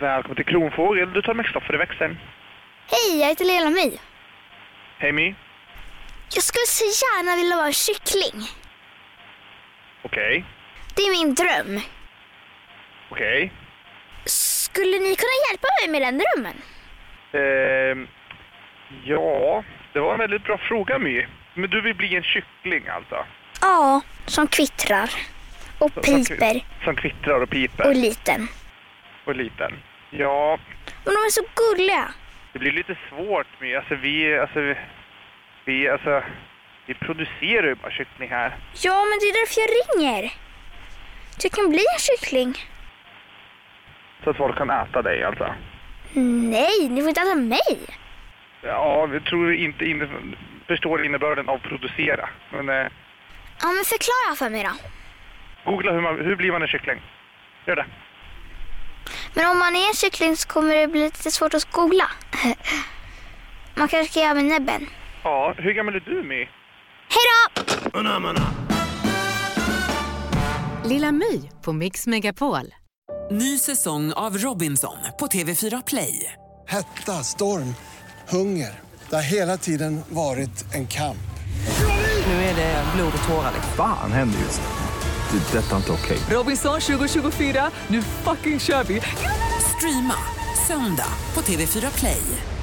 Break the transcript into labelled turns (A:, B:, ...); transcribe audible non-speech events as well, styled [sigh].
A: Välkommen till Kronfågel. Du tar med Kristoffer i växeln.
B: Hej, jag heter Lilla My.
A: Hej My.
B: Jag skulle så gärna vilja vara en kyckling.
A: Okej.
B: Det är min dröm.
A: Okej.
B: Skulle ni kunna hjälpa mig med den drömmen?
A: Ehm, ja, det var en väldigt bra fråga My. Men du vill bli en kyckling alltså?
B: Ja, som kvittrar. Och
A: Som-
B: piper
A: Som kvittrar och piper
B: och
A: och,
B: liten.
A: liten? Ja,
B: Men de är så gulliga.
A: det blir lite svårt My. Alltså vi, alltså vi- vi, alltså vi producerar ju bara kyckling här.
B: Ja, men det är därför jag ringer. Du kan bli en kyckling.
A: Så att folk kan äta dig alltså.
B: Nej, ni får inte äta mig.
A: Ja, vi tror inte inne, förstår innebörden av producera. Men eh,
B: Ja, men förklara för mig då.
A: googla hur, man, hur blir man en kyckling. Gör det.
B: Men om man är en kyckling så kommer det bli lite svårt att googla. [laughs] Man kanske ska göra med näbben.
A: Ja, hur gammal är du My?
B: Hej då!
C: Lilla My på Mix Megapol.
D: Ny säsong av Robinson på TV4 Play.
E: Hetta, storm, hunger. Det har hela tiden varit en kamp.
D: Nu är det blod och tårar.
F: Fan händer just nu. Det. är Detta är inte okej.
D: Robinson 2024, nu fucking kör vi! Streama söndag på TV4 Play.